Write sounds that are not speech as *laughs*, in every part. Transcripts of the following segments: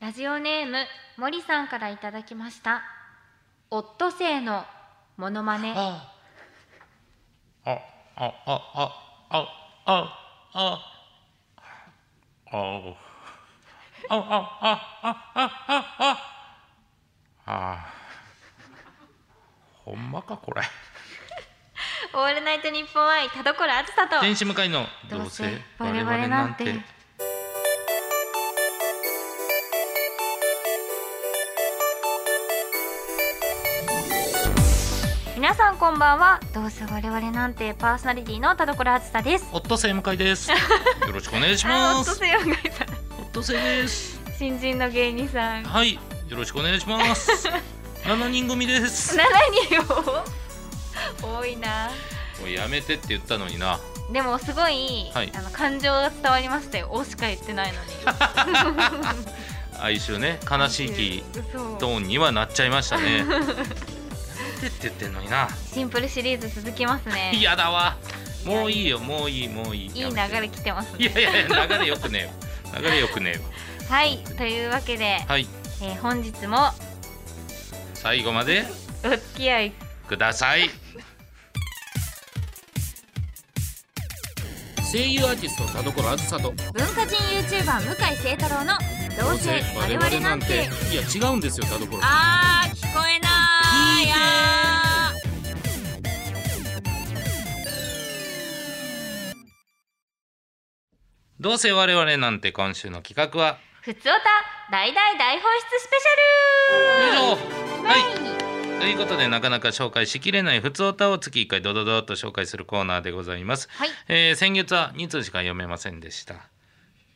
ラジオネーム森さんからいただきましたオットセイのモノマネあああああああああああああああほんまかこれオールナイトニッポン愛田所あずさと天使向かいのどどううせせ我我々々ななんんてて皆さんこんばんはどうせ我々なんてパーソナリティの田所あずさです夫性向かいですよろしくお願いしまオットすセイは向井さん夫性です新人の芸人さん7 *laughs* はいよろしくお願いします7人組です人を多いなもうやめてって言ったのになでもすごい、はいあの感情が伝わりましたよ「お」しか言ってないのに哀愁ね悲しい気そうトーンにはなっちゃいましたね。なんてって言ってんのにな。シンプルシリーズ続きますね嫌だわ。もういいよ、もういい、もういい。いい流れ来てますいねやいやいや、流れよくねえよ。流れよくねえよ。はいというわけで、はい、えー本日も最後までお付き合いください。声優アーティスト田所あずさと文化人 YouTuber 向井聖太郎の「どうせ我々なんていや違うんですよ田所」あー聞こえないやどうせ我々なんて今週の企画はーふつおた大大大放出スペシャル以上。はい。はいということでなかなか紹介しきれない普通歌を月1回ドドドッと紹介するコーナーでございます。はいえー先月は2通しか読めませんでした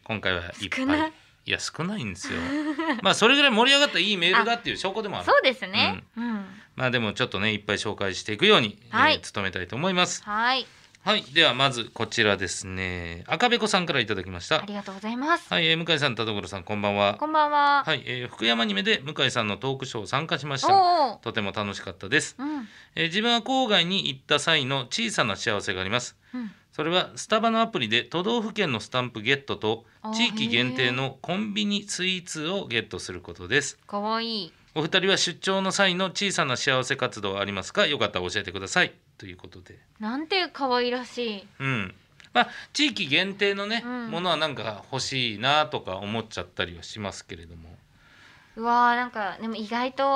今回はいっぱ少いないいや少ないんですよ *laughs* まあそれぐらい盛り上がったいいメールだっていう証拠でもあるそうですね、うん、まあでもちょっとねいっぱい紹介していくように、はいえー努めたいと思いますはいはいではまずこちらですね赤べこさんからいただきましたありがとうございます。はい、えー向井さん田所さんこんばんはこんばんは。はい、えー福山アニメで向井さんのトークショーを参加しましたおお。とても楽しかったです、うん。えー自分は郊外に行った際の小さな幸せがありますうん。それはスタバのアプリで都道府県のスタンプゲットとあー地域限定のコンビニスイーツをゲットすることですかわいい。お二人は出張の際の小さな幸せ活動はありますかよかったら教えてくださいということでなんて可愛らしい。うんまあ地域限定のね、うんものはなんか欲しいなとか思っちゃったりはしますけれどもうわーなんかでも意外と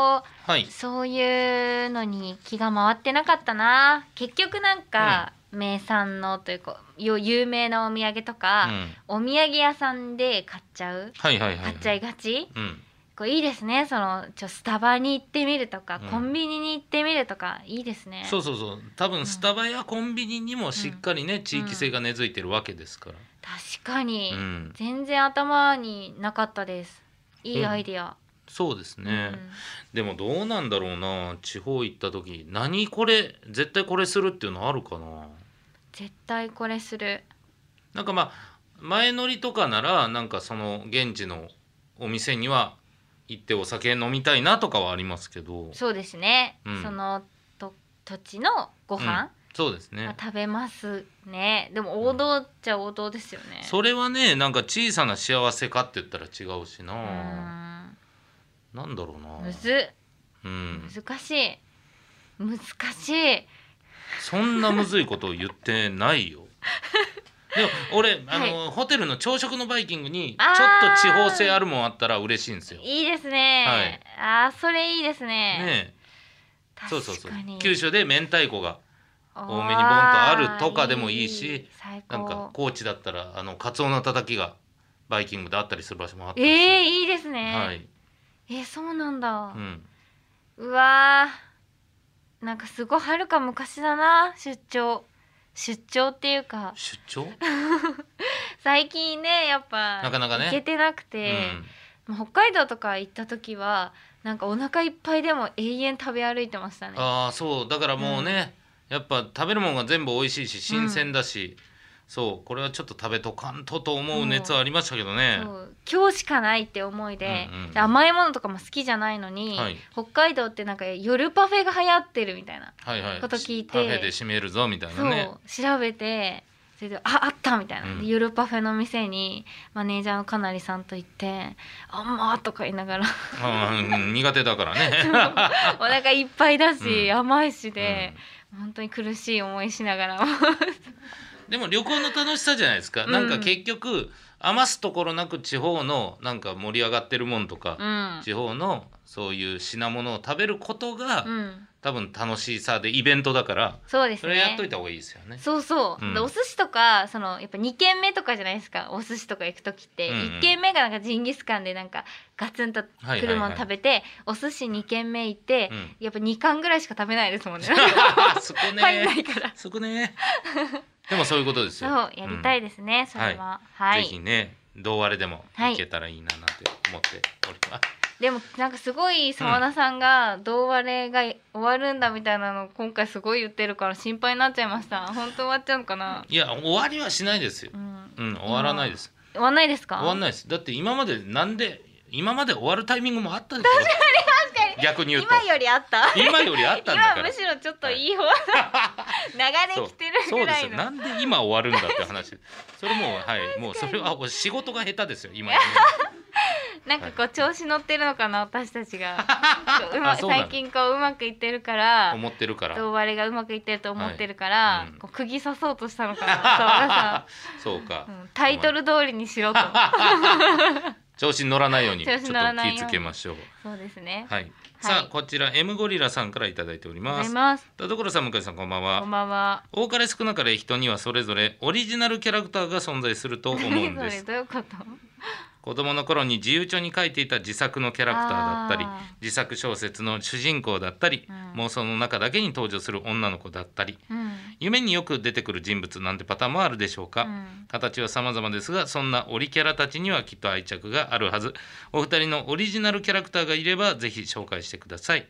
はいそういうのに気が回ってなかったな結局なんか、名産のというかよ有名なお土産とうんか、お土産屋さんで買っちゃうはいはいはいは買っちゃいがち、うんこういいですねそのちょスタバに行ってみるとか、うんコンビニに行ってみるとかいいですねそうそうそう多分スタバやコンビニにもしっかりね、地域性が根付いてるわけですから、確かに、うん全然頭になかったですいいアイディア、そうですうね、んでもどうなんだろうな地方行った時何これ絶対これするっていうのあるかな絶対これするなんかまあ前乗りとかならなんかその現地のお店には行ってお酒飲みたいなとかはありますけどそうですね、うんそのと土地のご飯、そうですはね食べますねでも王道っちゃ王道ですよね、それはねなんか小さな幸せかって言ったら違うしうな、ーんなんだろうなむずうん、難しい難しいそんなむずいことを言ってな *laughs* いよでも俺あの、ホテルの朝食のバイキングにちょっと地方性あるもんあったら嬉しいんですよいいですね、あーそれいいですねねえそう確そうそうかに九州で明太子が多多めにボンとあるとかでもいいし最高なんか高知だったらあのカツオのたたきがバイキングであったりする場所もあったりえー、いいですね、はい、えーそうなんだう、ん、うわーなんかすごいはるか昔だな出張出張っていうか出張、最近ねやっぱなかなかね行けてなくて、もう北海道とか行った時はなんかお腹いっぱいでも永遠食べ歩いてましたうねん、ああそうだからもうね、やっぱ食べるものが全部美味しいし新鮮だし、そうこれはちょっと食べとかんとと思う熱はありましたけどねそう今日しかないって思いで,、うんうんで甘いものとかも好きじゃないのに、はい北海道ってなんか夜パフェが流行ってるみたいなはいはいこと聞いてパフェで締めるぞみたいそう、なね調べてそれで「ああった!」みたいな、うんで夜パフェの店にマネージャーのかなりさんと行って「あんま!」とか言いな *laughs* がらあーうん苦手 *laughs* だからね。お腹いっぱいだし、うん甘いしで、本当に苦しい思いしながらでも旅行の楽しさじゃないですか。うんなんか結局余すところなく地方のなんか盛り上がってるもんとか、うん、地方のそういう品物を食べることが、うん、多分楽しさでイベントだから、そうですねそれやっといた方がいいですよね。そうそう、うんでお寿司とかそのやっぱ2軒目とかじゃないですかお寿司とか行く時って、うんうん1軒目がなんかジンギスカンでなんかガツンとはい来るもの食べて、お寿司2軒目行って、うんやっぱ2貫ぐらいしか食べないですもんねそこ *laughs* ね。入んないからそこね。でもそういうことですそうよ。やりたいでですね、それははい、ぜひね、どうあれでもはいいけたらいいななんて思っております。でもなんかすごい澤田さんが「どう割れが終わるんだ」みたいなのを今回すごい言ってるから心配になっちゃいました本当終わっちゃうのかな、いや、終わりはしないですよう。ん、うん、終わらないです。終わんないですか終わんないです。だって今までなんで今まで終わるタイミングもあったでしょ。確かに逆に言うと今よりあった今よりあったんだか今らむ。しろちょっといい方、流れ来てるそうぐでらすいよ。のなんで今終わるんだって話。それもうはい、もうそれはお仕事が下手ですよ今、ね。なんかこう調子乗ってるのかな私たち *laughs* がそううまあそうなの最近こううまくいってるから思ってるから。どう割れがうまくいってると思ってるから、はいうんこう釘刺そうとしたのか *laughs* な澤田そうかさん、うん、タイトル通りにしろと調子に乗らないようにちょ調子っと気に乗らないようにぃつけましょう。そうですねはい。はさいあこちら M ゴリラさんからいただいておりありがまとうございす。ます田所さん向井さんこんばんは。こんばんは多かれ少なかれ人にはそれぞれオリジナルキャラクターが存在すると思うん何 *laughs* でそれすどういうこと子供の頃に自由帳に書いていた自作のキャラクターだったりあー自作小説の主人公だったり、うん妄想の中だけに登場する女の子だったりうん、夢によく出てくる人物なんてパターンもあるでしょうか、うん形は様々ですがそんなオリキャラたちにはきっと愛着があるはずお二人のオリジナルキャラクターがいればぜひ紹介してください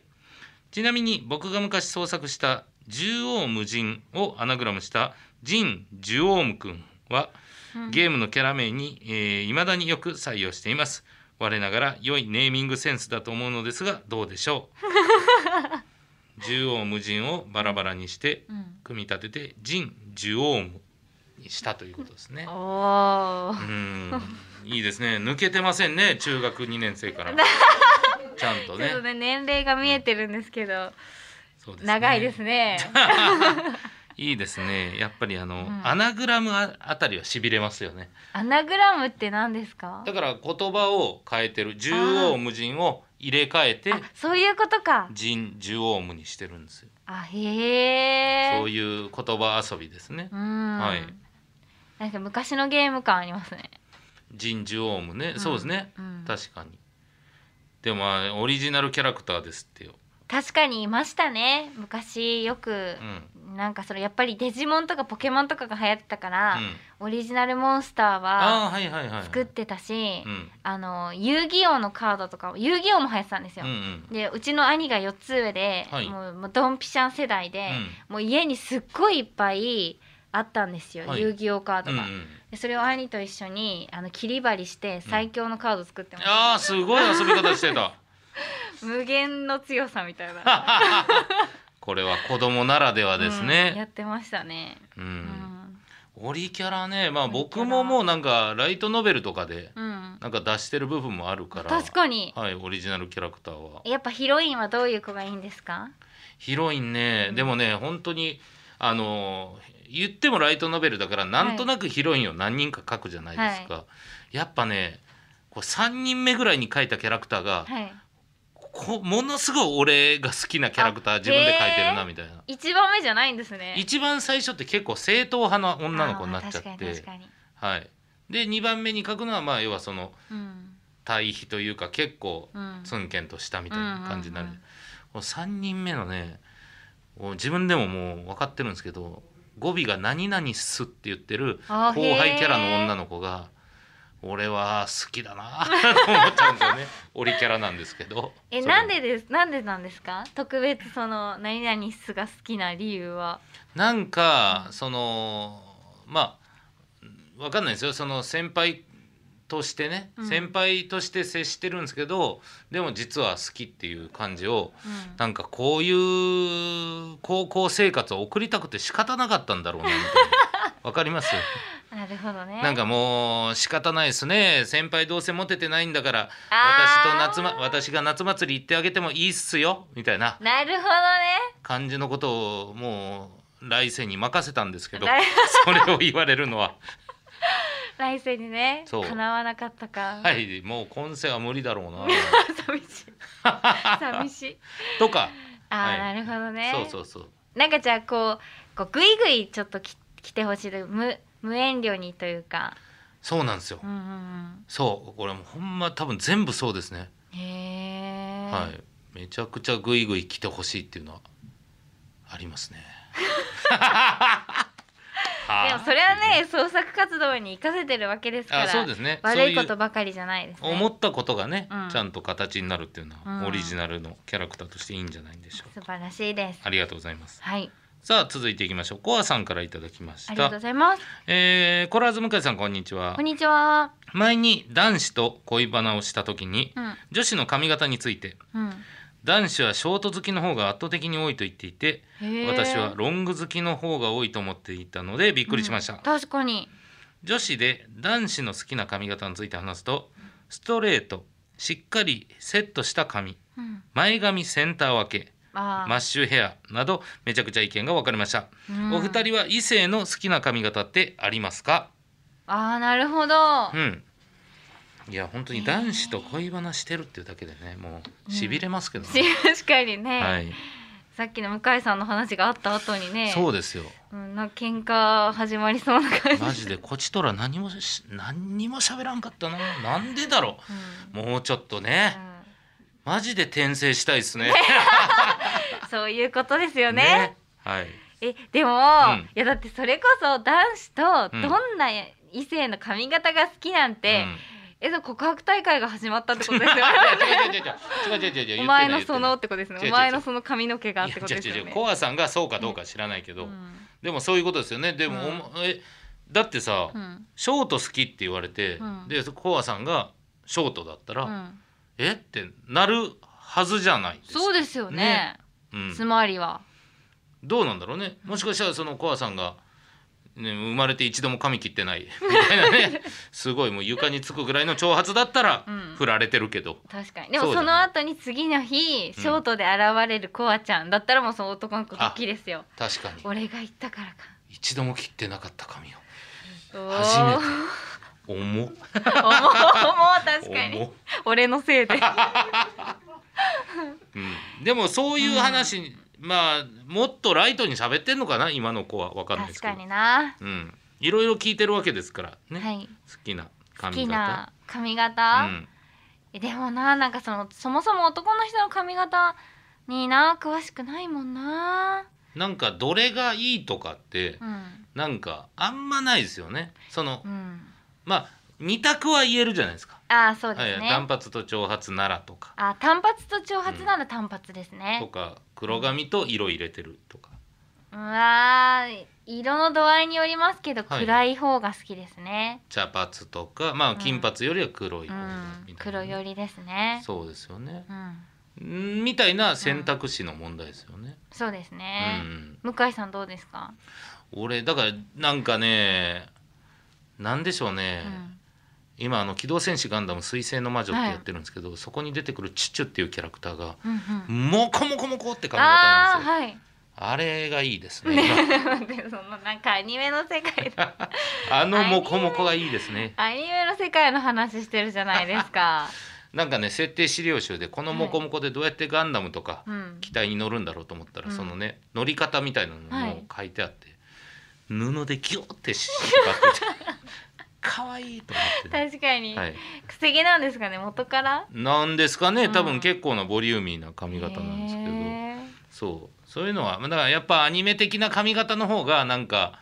ちなみに僕が昔創作した縦横無尽をアナグラムしたジン・ジュオームくんはうんゲームのキャラ名にいま、えー未だによく採用しています我ながら良いネーミングセンスだと思うのですがどうでしょ *laughs* う縦横無尽をバラバラにしてうん組み立ててジン・ジュオームにしたということですねおおう、ーんいいですね抜けてませんね中学2年生か *laughs* らちゃんとちょっねとね年齢が見えてるんですけど、そうですね長いですねいいですねやっぱりあの、うんアナグラムああたりはしびれますよねアナグラムって何ですかだから言葉を変えてる縦横無尽を入れ替えてあそういうことか人縦横無にしてるんですよあへえそういう言葉遊びですねうん、はいなんか昔のゲーム感ありますね。人縦横無ね、そうですねうん確かにでもまあオリジナルキャラクターですってよ、確かにいましたね。昔よくう、んうん、なんかそのやっぱりデジモンとかポケモンとかが流行ってたから、オリジナルモンスターはああーはいはいはいはい作ってたし、うんあの遊戯王のカードとか遊戯王も流行ってたんですよ。うんうんでうちの兄が4つ上で、はいもうもうドンピシャン世代で、うもう家にすっごいいっぱいあったんですよ、はい遊戯王カードんうんが。うんでそれを兄と一緒にあの切り張りして最強のカード作ってました、あーすごい遊び方し *laughs* てた無限の強さみたいなこれは子供ならではですうんやね、ってましたねうんうん、オリキャラねまあオリキャラ僕ももうなんかライトノベルとかでうん、なんか出してる部分もあるから確かにはいオリジナルキャラクターはやっぱヒロインはどういう子がいいんですかヒロインね、でもね本当にあのー言ってもライトノベルだからなんとなくヒロインを何人か書くじゃないですか、やっぱねこう3人目ぐらいに書いたキャラクターが、はいこものすごい俺が好きなキャラクター自分で書いてるなみたいな一番目じゃないんですね一番最初って結構正統派な女の子になっちゃっあー確かに確てかに、はいで2番目に書くのはまあ要はそのうん対比というか結構うん、ツンケンとしたみたいな感じになる、うんうんうんこの3人目のねこう自分でももう分かってるんですけど語尾が「何々す」って言ってるあ後ーへー輩キャラの女の子が俺は好きだなと思っちゃうんですよねオリキャラなんですけどえそれはなんでですなんでなんですか特別その何々すが好きな理由はなんかうんそのまあわかんないですよその先輩としてね、うん先輩として接してるんですけどでも実は好きっていう感じをうんなんかこういう高校生活を送りたくて仕方なかったんだろうなみたいなわかります *laughs* なるほどねなんかもう仕方ないですね先輩どうせモテてないんだから私とあー夏、ま、私が夏祭り行ってあげてもいいっすよみたいななるほどね感じのことをもう来世に任せたんですけ *laughs* ど来それを言われる *laughs* のは来世にねそう叶わなかったか、はいもう今世は無理だろうな *laughs* 寂 *laughs* しい寂しいとか、あー、はいなるほどねそうそうそうなんかじゃあこうこうぐいぐいちょっとき来てほしいという無無遠慮にというか、そうなんですよ、うんうんそうこれもうほんま多分全部そうですね、うん、へえ、はいめちゃくちゃグイグイ来てほしいっていうのはあ *laughs* りますねでもそれはね創作活動に生かせてるわけですからあそうですね悪いこそうとばかりじゃないですねいう思ったことがね、うんちゃんと形になるっていうのは、うんオリジナルのキャラクターとしていいんじゃないでしょうか素晴らしいですありがとうございますはいさあ続いていきましょうコアさんからいただきまあしりがとうたございますえー、コラーズ向井さんこんにちはこんにちは前に男子と恋バナをした時にうん女子の髪型についてうん男子はショート好きの方が圧倒的に多いと言っていてへー私はロング好きの方が多いと思っていたのでびっくりしました、うん確かに女子で男子の好きな髪型について話すとストレートしっかりセットした髪うん前髪センター分けあーマッシュヘアなどめちゃくちゃ意見が分かれました、うんお二人は異性の好きな髪型ってありますかあーなるほどうんいや本当に男子と恋バナしてるっていうだけでねもうしびれますけどね、確かにね、はい、さっきの向井さんの話があった後にねそうですようん、なんか喧嘩始まりそうな感じ。マジでこちとら何もし何にも喋らんかったななんでだろうんうもうちょっとねうマジで転生したいですねんそういうことですよね。はいえでも、んいやだってそれこそ男子とうんどんな異性の髪型が好きなんて、えその告白大会が始まったってことです *laughs* よね。うん、違う違う違う違う違う違うお前のそのってことですね。違う違う違おう前のその髪の毛が言っっててこないとよですよいや違う違う違ねう。コアさんがそうかどうか知らないけど、うんでもそういうことですよねでも、うんお前えだってさ、うんショート好きって言われて、うんでコアさんがショートだったら、うんえってなるはずじゃないですかそうですよね。うんつまりは。どうなんだろうねもしかしたらそのコアさんが、ね、生まれて一度も髪切ってな *laughs* いみたいなねすごいもう床につくぐらいの長髪だったらうん振られてるけど、確かにでもそうじそゃのない後に次の日、ショートで現れるコアちゃんだったらもうその男の子好きですよ確かに俺が言ったからか一度も切ってなかった髪をおー初めて重 *laughs* 思う思っう確か重にっ俺のせいでうん、でもそういう話、まあもっとライトに喋ってんのかな今の子は分かんないで確すけかどにな、うん、いろいろ聞いてるわけですからね、はい好きな好き髪型な髪型、えでもななんかそのそもそも男の人の髪型にな詳しくないもんなうん、なんかどれがいいとかって、うんなんかあんまないですよねその、うんまあ二択は言えるじゃないですかああそうですね、はい、短髪と長髪ならとかあ単発と長髪なら単発ですとね、か黒髪と色入れてるとかうわー色の度合いによりますけど、はい暗い方が好きですね茶髪とかまあ金髪よりは黒い方うがんみたいな、黒よりですねそうですよねうんんみたいな選択肢の問題ですよね、そうですうね、ん、向井さんどうですか、俺だからなんかねなんでしょうね、うん今あの「機動戦士ガンダム水星の魔女」ってやってるんですけど、そこに出てくるチュチュっていうキャラクターがうんうん、モコモコモコって髪型なんああですよはい *laughs* あれがいいですね。待ってそのなんかアニメの世界であのモコモコがいいですね。アニメの世界の話してるじゃないですか。なんかね設定資料集でこのモコモコでどうやってガンダムとかうん、機体に乗るんだろうと思ったうら、んそのね乗り方みたいなのはもい書いてあって、布でギョーって縛ってて可愛いと思って、ね。確かに、はい。くせ毛なんですかね元からなんですかね多うん分結構なボリューミーな髪型なんですけへど、ーそうそういうのはまあだからやっぱアニメ的な髪型の方がなんか、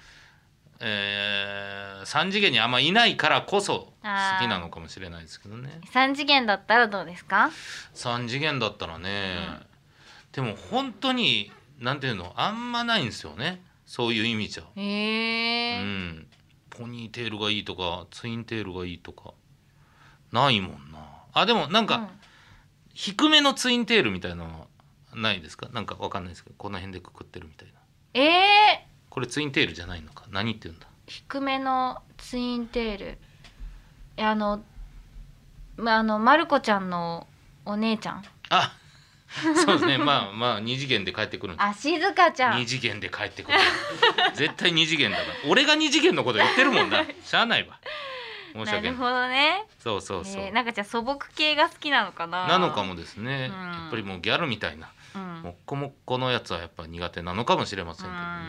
えー、3次元にあんまいないからこそあー好きなのかもしれないですけどね三次元だったらどうですか？ 3次元だったらね、でも本当になんていうのあんまないんですよねそういう意味じゃ、へうえ、ん、ポニーテールがいいとかツインテールがいいとかないもんなあでもなんうかん低めのツインテールみたいなのはないですかなんかわかんないですけどこの辺でくくってるみたいなえこれツインテールじゃないのか何って言うんだー低めのツインテールえあのまあのまる子ちゃんのお姉ちゃんあそうですねまあまあ二次元で帰ってくるんですあ静香ちゃ二ん次元で帰ってくる *laughs* 絶対二次元だから俺が二次元のこと言ってるもんなしゃあないわ申しな訳るないほどねそうそうそう、えーなんかじゃあ素朴系が好きなのかななのかもですね、うんやっぱりもうギャルみたいなうん、もっこもっこのやつはやっぱ苦手なのかもしれませんけうどね、んは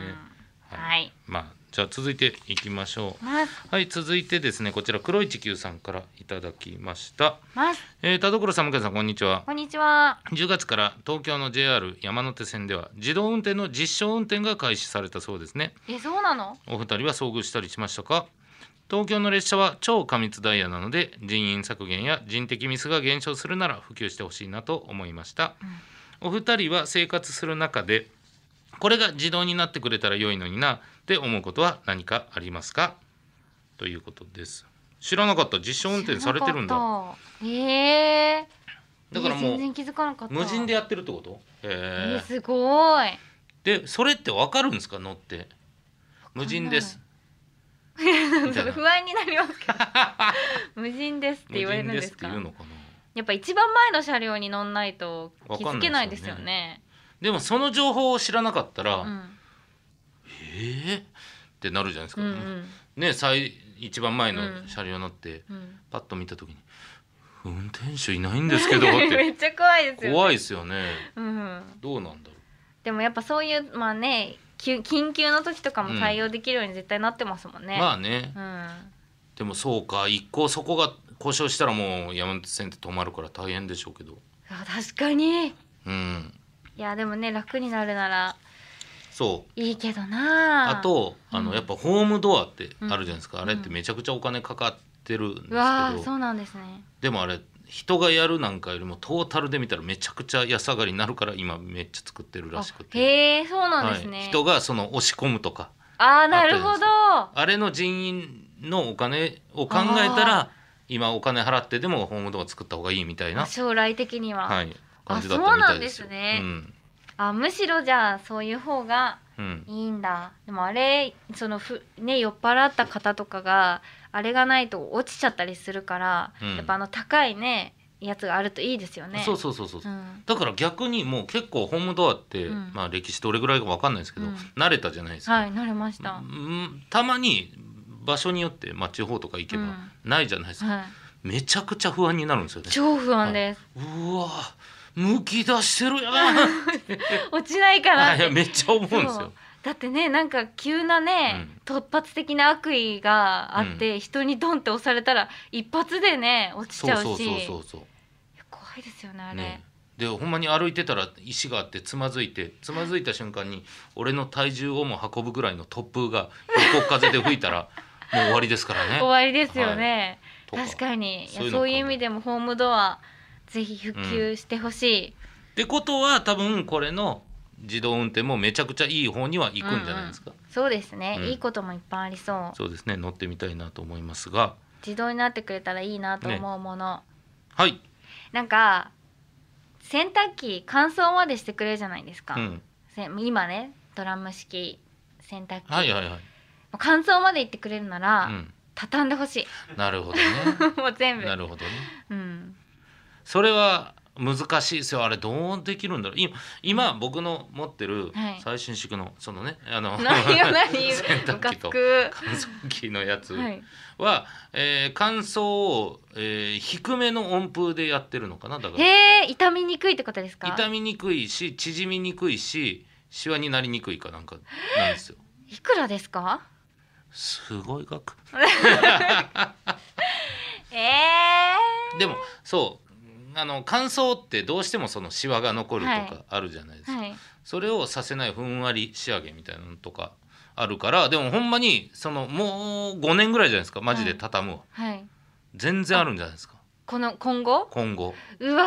いはいまあじゃあ続いていきましょうますはい続いてですねこちら黒い地球さんからいただきました、ますえー、田所さん向井さんこんにちはこんにちは10月から東京の JR 山手線では自動運転の実証運転が開始されたそうですねえそうなのお二人は遭遇したりしましたか東京の列車は超過密ダイヤなので人員削減や人的ミスが減少するなら普及してほしいなと思いました、お二人は生活する中でこれが自動になってくれたら良いのになって思うことは何かありますかということです知らなかった実証運転されてるん知らだなかったえー、だからえーも全然う気づかなかった無人でやってるってことえへーーすごいでそれってわかるんですか乗って無人 *laughs* ですみちたょいっなと不安になります *laughs* けど無人ですって無言われ人るんでですっすてかいうのかなやっぱ一番前の車両に乗んないとわ気かんないですよねづけないですよねでもその情報を知らなかったら、うんえー、ってなるじゃないですか、うんうんね最一番前の車両乗って、うんパッと見た時に「運転手いないんで *laughs* すけど」っめてっちゃ怖いですよ、ね、怖いですよねうん、どうなんだろうでもやっぱそういうまあね急緊急の時とかも対応できるように絶対なってますもんね、まあねうんでもそうか一向そこが故障したらもう山手線って止まるから大変でしょうけどあ確かにいうんやでもね楽になるならそういいけどなあとあの、うんやっぱホームドアってあるじゃないですか、うんあれってめちゃくちゃお金かかってるんですけうどわあそうなんですねでもあれ人がやるなんかよりもトータルで見たらめちゃくちゃ安上がりになるから今めっちゃ作ってるらしくあて、へえそうなんですね、はい、人がその押し込むとかああなるほどあれの人員のお金を考えたら今お金払ってでもホームドア作った方がいいみたいな、将来的には、はい、感じだったみたいですよそうなんですねうんあむしろじゃあそういう方がうんいいんだでもあれそのふね酔っ払った方とかがあれがないと落ちちゃったりするから、うんやっぱあの高いねやつがあるといいですよねそうそうそうそう、うんだから逆にもう結構ホームドアって、うんまあ歴史どれぐらいか分かんないですけど、うん慣れたじゃないですか、はい慣れました、うんたまに場所によって、まあ、地方とか行けばうんないじゃないですか、はめちゃくちゃ不安になるんですよねい、超不安です、うわむき出してるや *laughs* ん落ちないかなっあいてやめっちゃ思うんですそようだってねなんか急なね、突発的な悪意があって、人にドンって押されたら一発でね落ちちそうゃうしそうそうそうそいや怖いですよねあうれ、ねでほんまに歩いてたら石があってつまずいてつまずいた瞬間に俺の体重をも運ぶぐらいの突風が横風で吹い *laughs* たらもう終わりですからね終わりですよね、とか確かにいやそういうのかそういう意味でもホームドアぜひ普及してほしい、ってことは多分これの自動運転もめちゃくちゃいい方には行くんじゃないですか、そうですね、うんいいこともいっぱいありそうそうですね乗ってみたいなと思いますが自動になってくれたらいいなと思うもの、はい、なんか洗濯機乾燥までしてくれるじゃないですか、うん、せ今ねドラム式洗濯機、はいはいはい、乾燥まで行ってくれるなら、う畳んでほしい *laughs* ん、なるほど *laughs* ねもう全部なるほどね *laughs* うんそれは難しいですよあれどうできるんだろう今今僕の持ってるはい最新式のそのねあの何よ何 *laughs* 洗よム濯カ機つとく乾燥機のやつは、はいえー乾燥を、えー低めの温風でやってるのかなだからへえ傷みにくいってことですか傷みにくいし縮みにくいしシワになりにくいかなんかなんですよいくらですかすごい額ええでもそうあの乾燥ってどうしてもそのシワが残るとはかあるじゃないですか、はいそれをさせないふんわり仕上げみたいなのとかあるからでもほんまにそのもう5年ぐらいじゃないですかマジで畳むわ、はい全然あるんじゃないですかこの今後今後うわ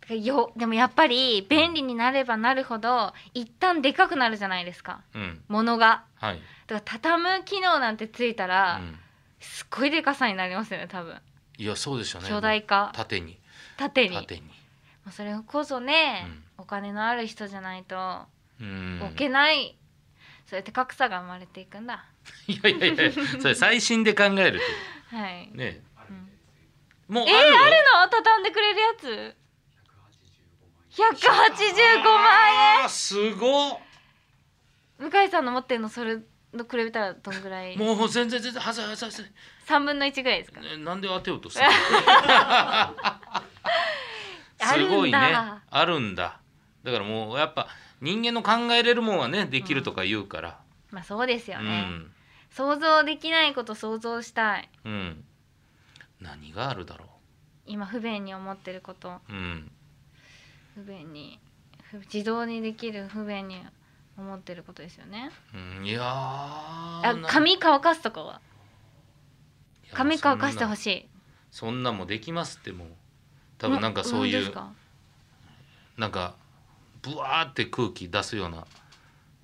てかよでもやっぱり便利になればなるほど一旦でかくなるじゃないですかうんものがはい、だから畳む機能なんてついたうら、ん、すっごいでかさになりますよね多分いやそうでしょうね巨大化縦に縦に縦にまあそれこそね、お金のある人じゃないとうん置けないそうやって格差が生まれていくんだ *laughs* いやいやいやそれ最新で考えるはい、とねうんもうえー、あるよあるの畳んでくれるやつ185万あーすごっ円向井さんの持ってるのそれの比べたらどんぐらいもう全然全然はずはずはず3分の1ぐらいですかねなんで当てようとす *laughs* るあるんだすごいねあるんだだからもうやっぱ人間の考えれるもんはねできるとか言うからまあそうですうよね、ん想像できないこと想像したいうん何があるだろ今不便に思ってることううん不便に不自動にできる不便に思ってることですよねうんいやーあな髪乾かすとかはいや髪乾かしてほそんなしいそんなもんできますってもう多分なんかそうんんいでうすかなんかブワーって空気出すような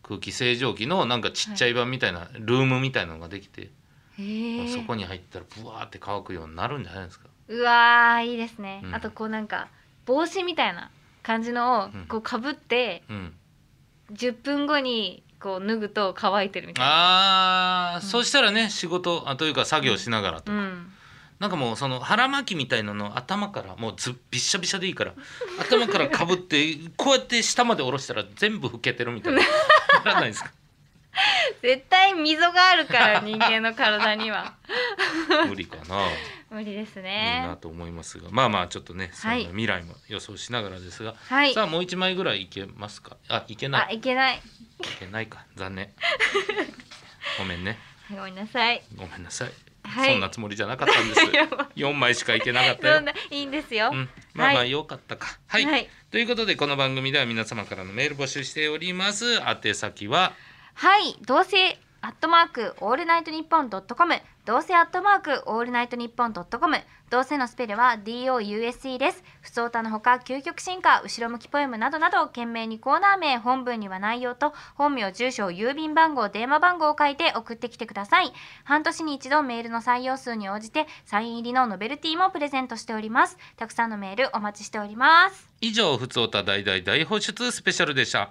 空気清浄機のなんかちっちゃい版みたいな、ルームみたいなのができて、へそーこに入ったらブワーって乾くようになるんじゃないですかうわーいいですね、うんあとこうなんか帽子みたいな感じのをうんこうかぶってうん10分後にこう脱ぐと乾いてるみたいなあー、うんそしたらね仕事あというか作業しながらと、うんなんかもうその腹巻きみたいなのを頭からもうずびっしゃびしゃでいいから頭からかぶってこうやって下まで下ろしたら全部老けてるみたいな *laughs* ならないですか絶対溝があるから人間の体に *laughs* は無理かな。無理ですいいなねと思いますがまあまあちょっとねそんなはい未来も予想しながらですが、はいさあもう一枚ぐらいいけますかあいけなあいいけないいけないか残 *laughs* 念ごめんねごめんなさいごめんなさい、はいそんなつもりじゃなかったんですやばい4枚しかいけなかっ *laughs* たそよん、ないいんですよ、うん、まあまはあいよかったかはい、はいということでこの番組では皆様からのメール募集しております宛先ははい、どうせアットマークオールナイトニッポンドットコム、どうせアットマークオールナイトニッポンドットコム、どうせのスペルは D O U S E です。不相たのほか究極進化、後ろ向きポエムなどなど懸命にコーナー名、本文には内容と本名、住所、郵便番号、電話番号を書いて送ってきてください。半年に一度メールの採用数に応じてサイン入りのノベルティもプレゼントしております。たくさんのメールお待ちしております。以上「ふつおた大大大放出スペシャル」でした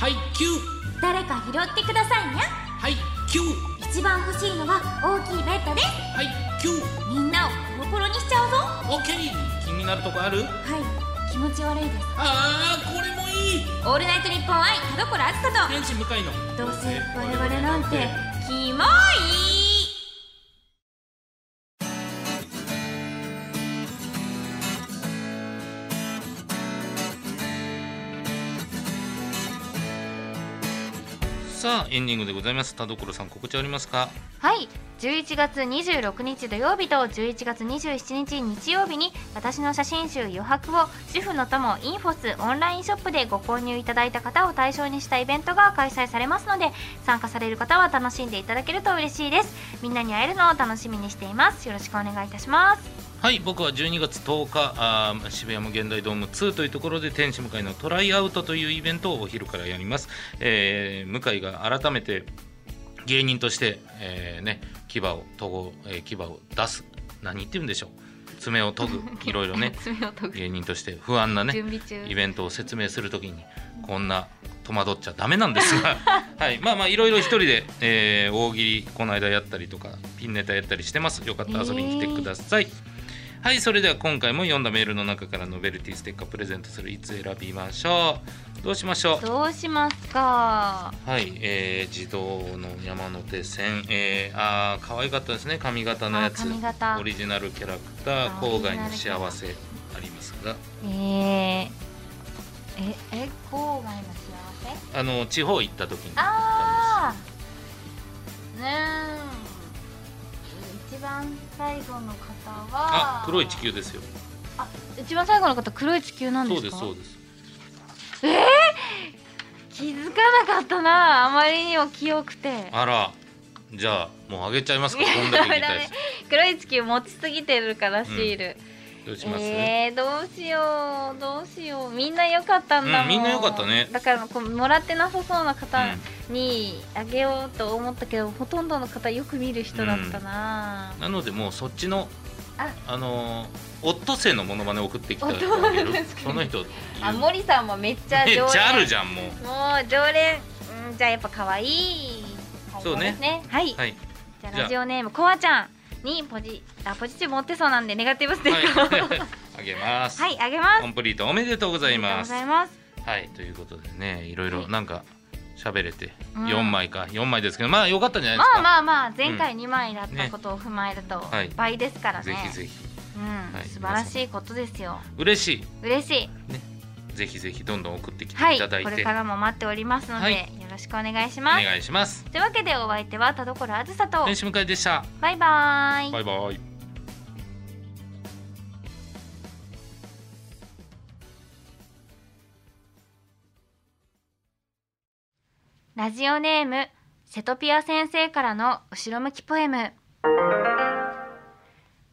はいキュー誰か拾ってくださいにゃはいキュー一番欲しいのは大きいベッドですはいキューみんなをコロコロにしちゃうぞはオッケー気になるとこあるい気持ち悪いですあーこれもいいオールナイトニッポン愛田所あずさ天使向かいのとどうせ我々なんてキモいさあエンディングでございます田所さん告知ありますかはい11月26日土曜日と11月27日日曜日に私の写真集「余白」を主婦の友インフォスオンラインショップでご購入いただいた方を対象にしたイベントが開催されますので参加される方は楽しんでいただけると嬉しいですみんなに会えるのを楽しみにしていますよろしくお願いいたしますはい僕は12月10日あー渋谷も現代ドーム2というところで天使向井のトライアウトというイベントをお昼からやります、えー向井が改めて芸人として、えーね牙を研ぐ、えー牙を出す何言ってるんでしょう爪を研ぐいろいろ *laughs* ね爪を研ぐ芸人として不安なね準備中イベントを説明するときにこんな戸惑っちゃダメなんです *laughs* が、はい、まあまあいろいろ一人で、えー大喜利この間やったりとかピンネタやったりしてますよかったら遊びに来てください、はいそれでは今回も読んだメールの中からノベルティステッカープレゼントするいつ選びましょうどうしましょうどうしますかはい、えー、自動の山手線、えー、あー可愛かったですね髪型のやつあー髪型オリジナルキャラクターあー郊外のオリジナルキャ幸ラせありますがえー、ええ郊外の幸せあの地方行った時にああねえ一番最後の方はあ黒い地球ですよあ一番最後の方黒い地球なんでそうすでかすそうです気づかなかったなあまりにも清くてあらじゃあもうあげちゃいます *laughs* かいやこんだけ言いダたメいダし黒い地球持ちすぎてるからシール、どうします、えー、どうしようどうしようみんな良かったんだもん、うんみんな良かったねだからこうもらってなさそうな方にあげようと思ったけど、ほとんどの方よく見る人だったな、なのでもうそっちのああのーオットセイのモノマネ送ってきた人オットいセイるですかその人あ森さんもめっちゃめっ常連ちゃあるじゃんもうもう常連うんじゃあやっぱ可愛いそうねですねはい、はいじゃあじゃあラジオネームコアちゃんにポジあポジティブ持ってそうなんでネガティブステはッカーをい *laughs* あげますはいあげますコンプリートおめでとうございますありがとうございますはいということでねいろいろなんか喋れてうん4枚か4枚ですけどまあよかったんじゃないまですあかまあまあ前回2枚だったことを踏まえるとはい倍ですからねぜひぜひうんはい素晴らしいことですよ嬉し嬉しいいぜひぜひどんどん送ってきてはいいただいこれてからも待っておりますので、はいよろしくお願いしおます願いしますというわけでお相手は田所あずさと天使向井でしたバイバーイバイバイラジオネームセトピア先生からの後ろ向きポエム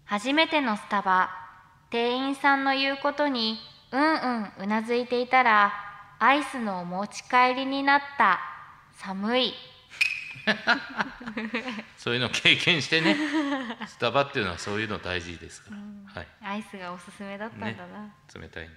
初めてのスタバ店員さんの言うことにうんうんうなずいていたらアイスのお持ち帰りになった寒いそういうの経験してねスタバっていうのはそういうの大事ですから、はいアイスがおすすめだったんだな、冷たいね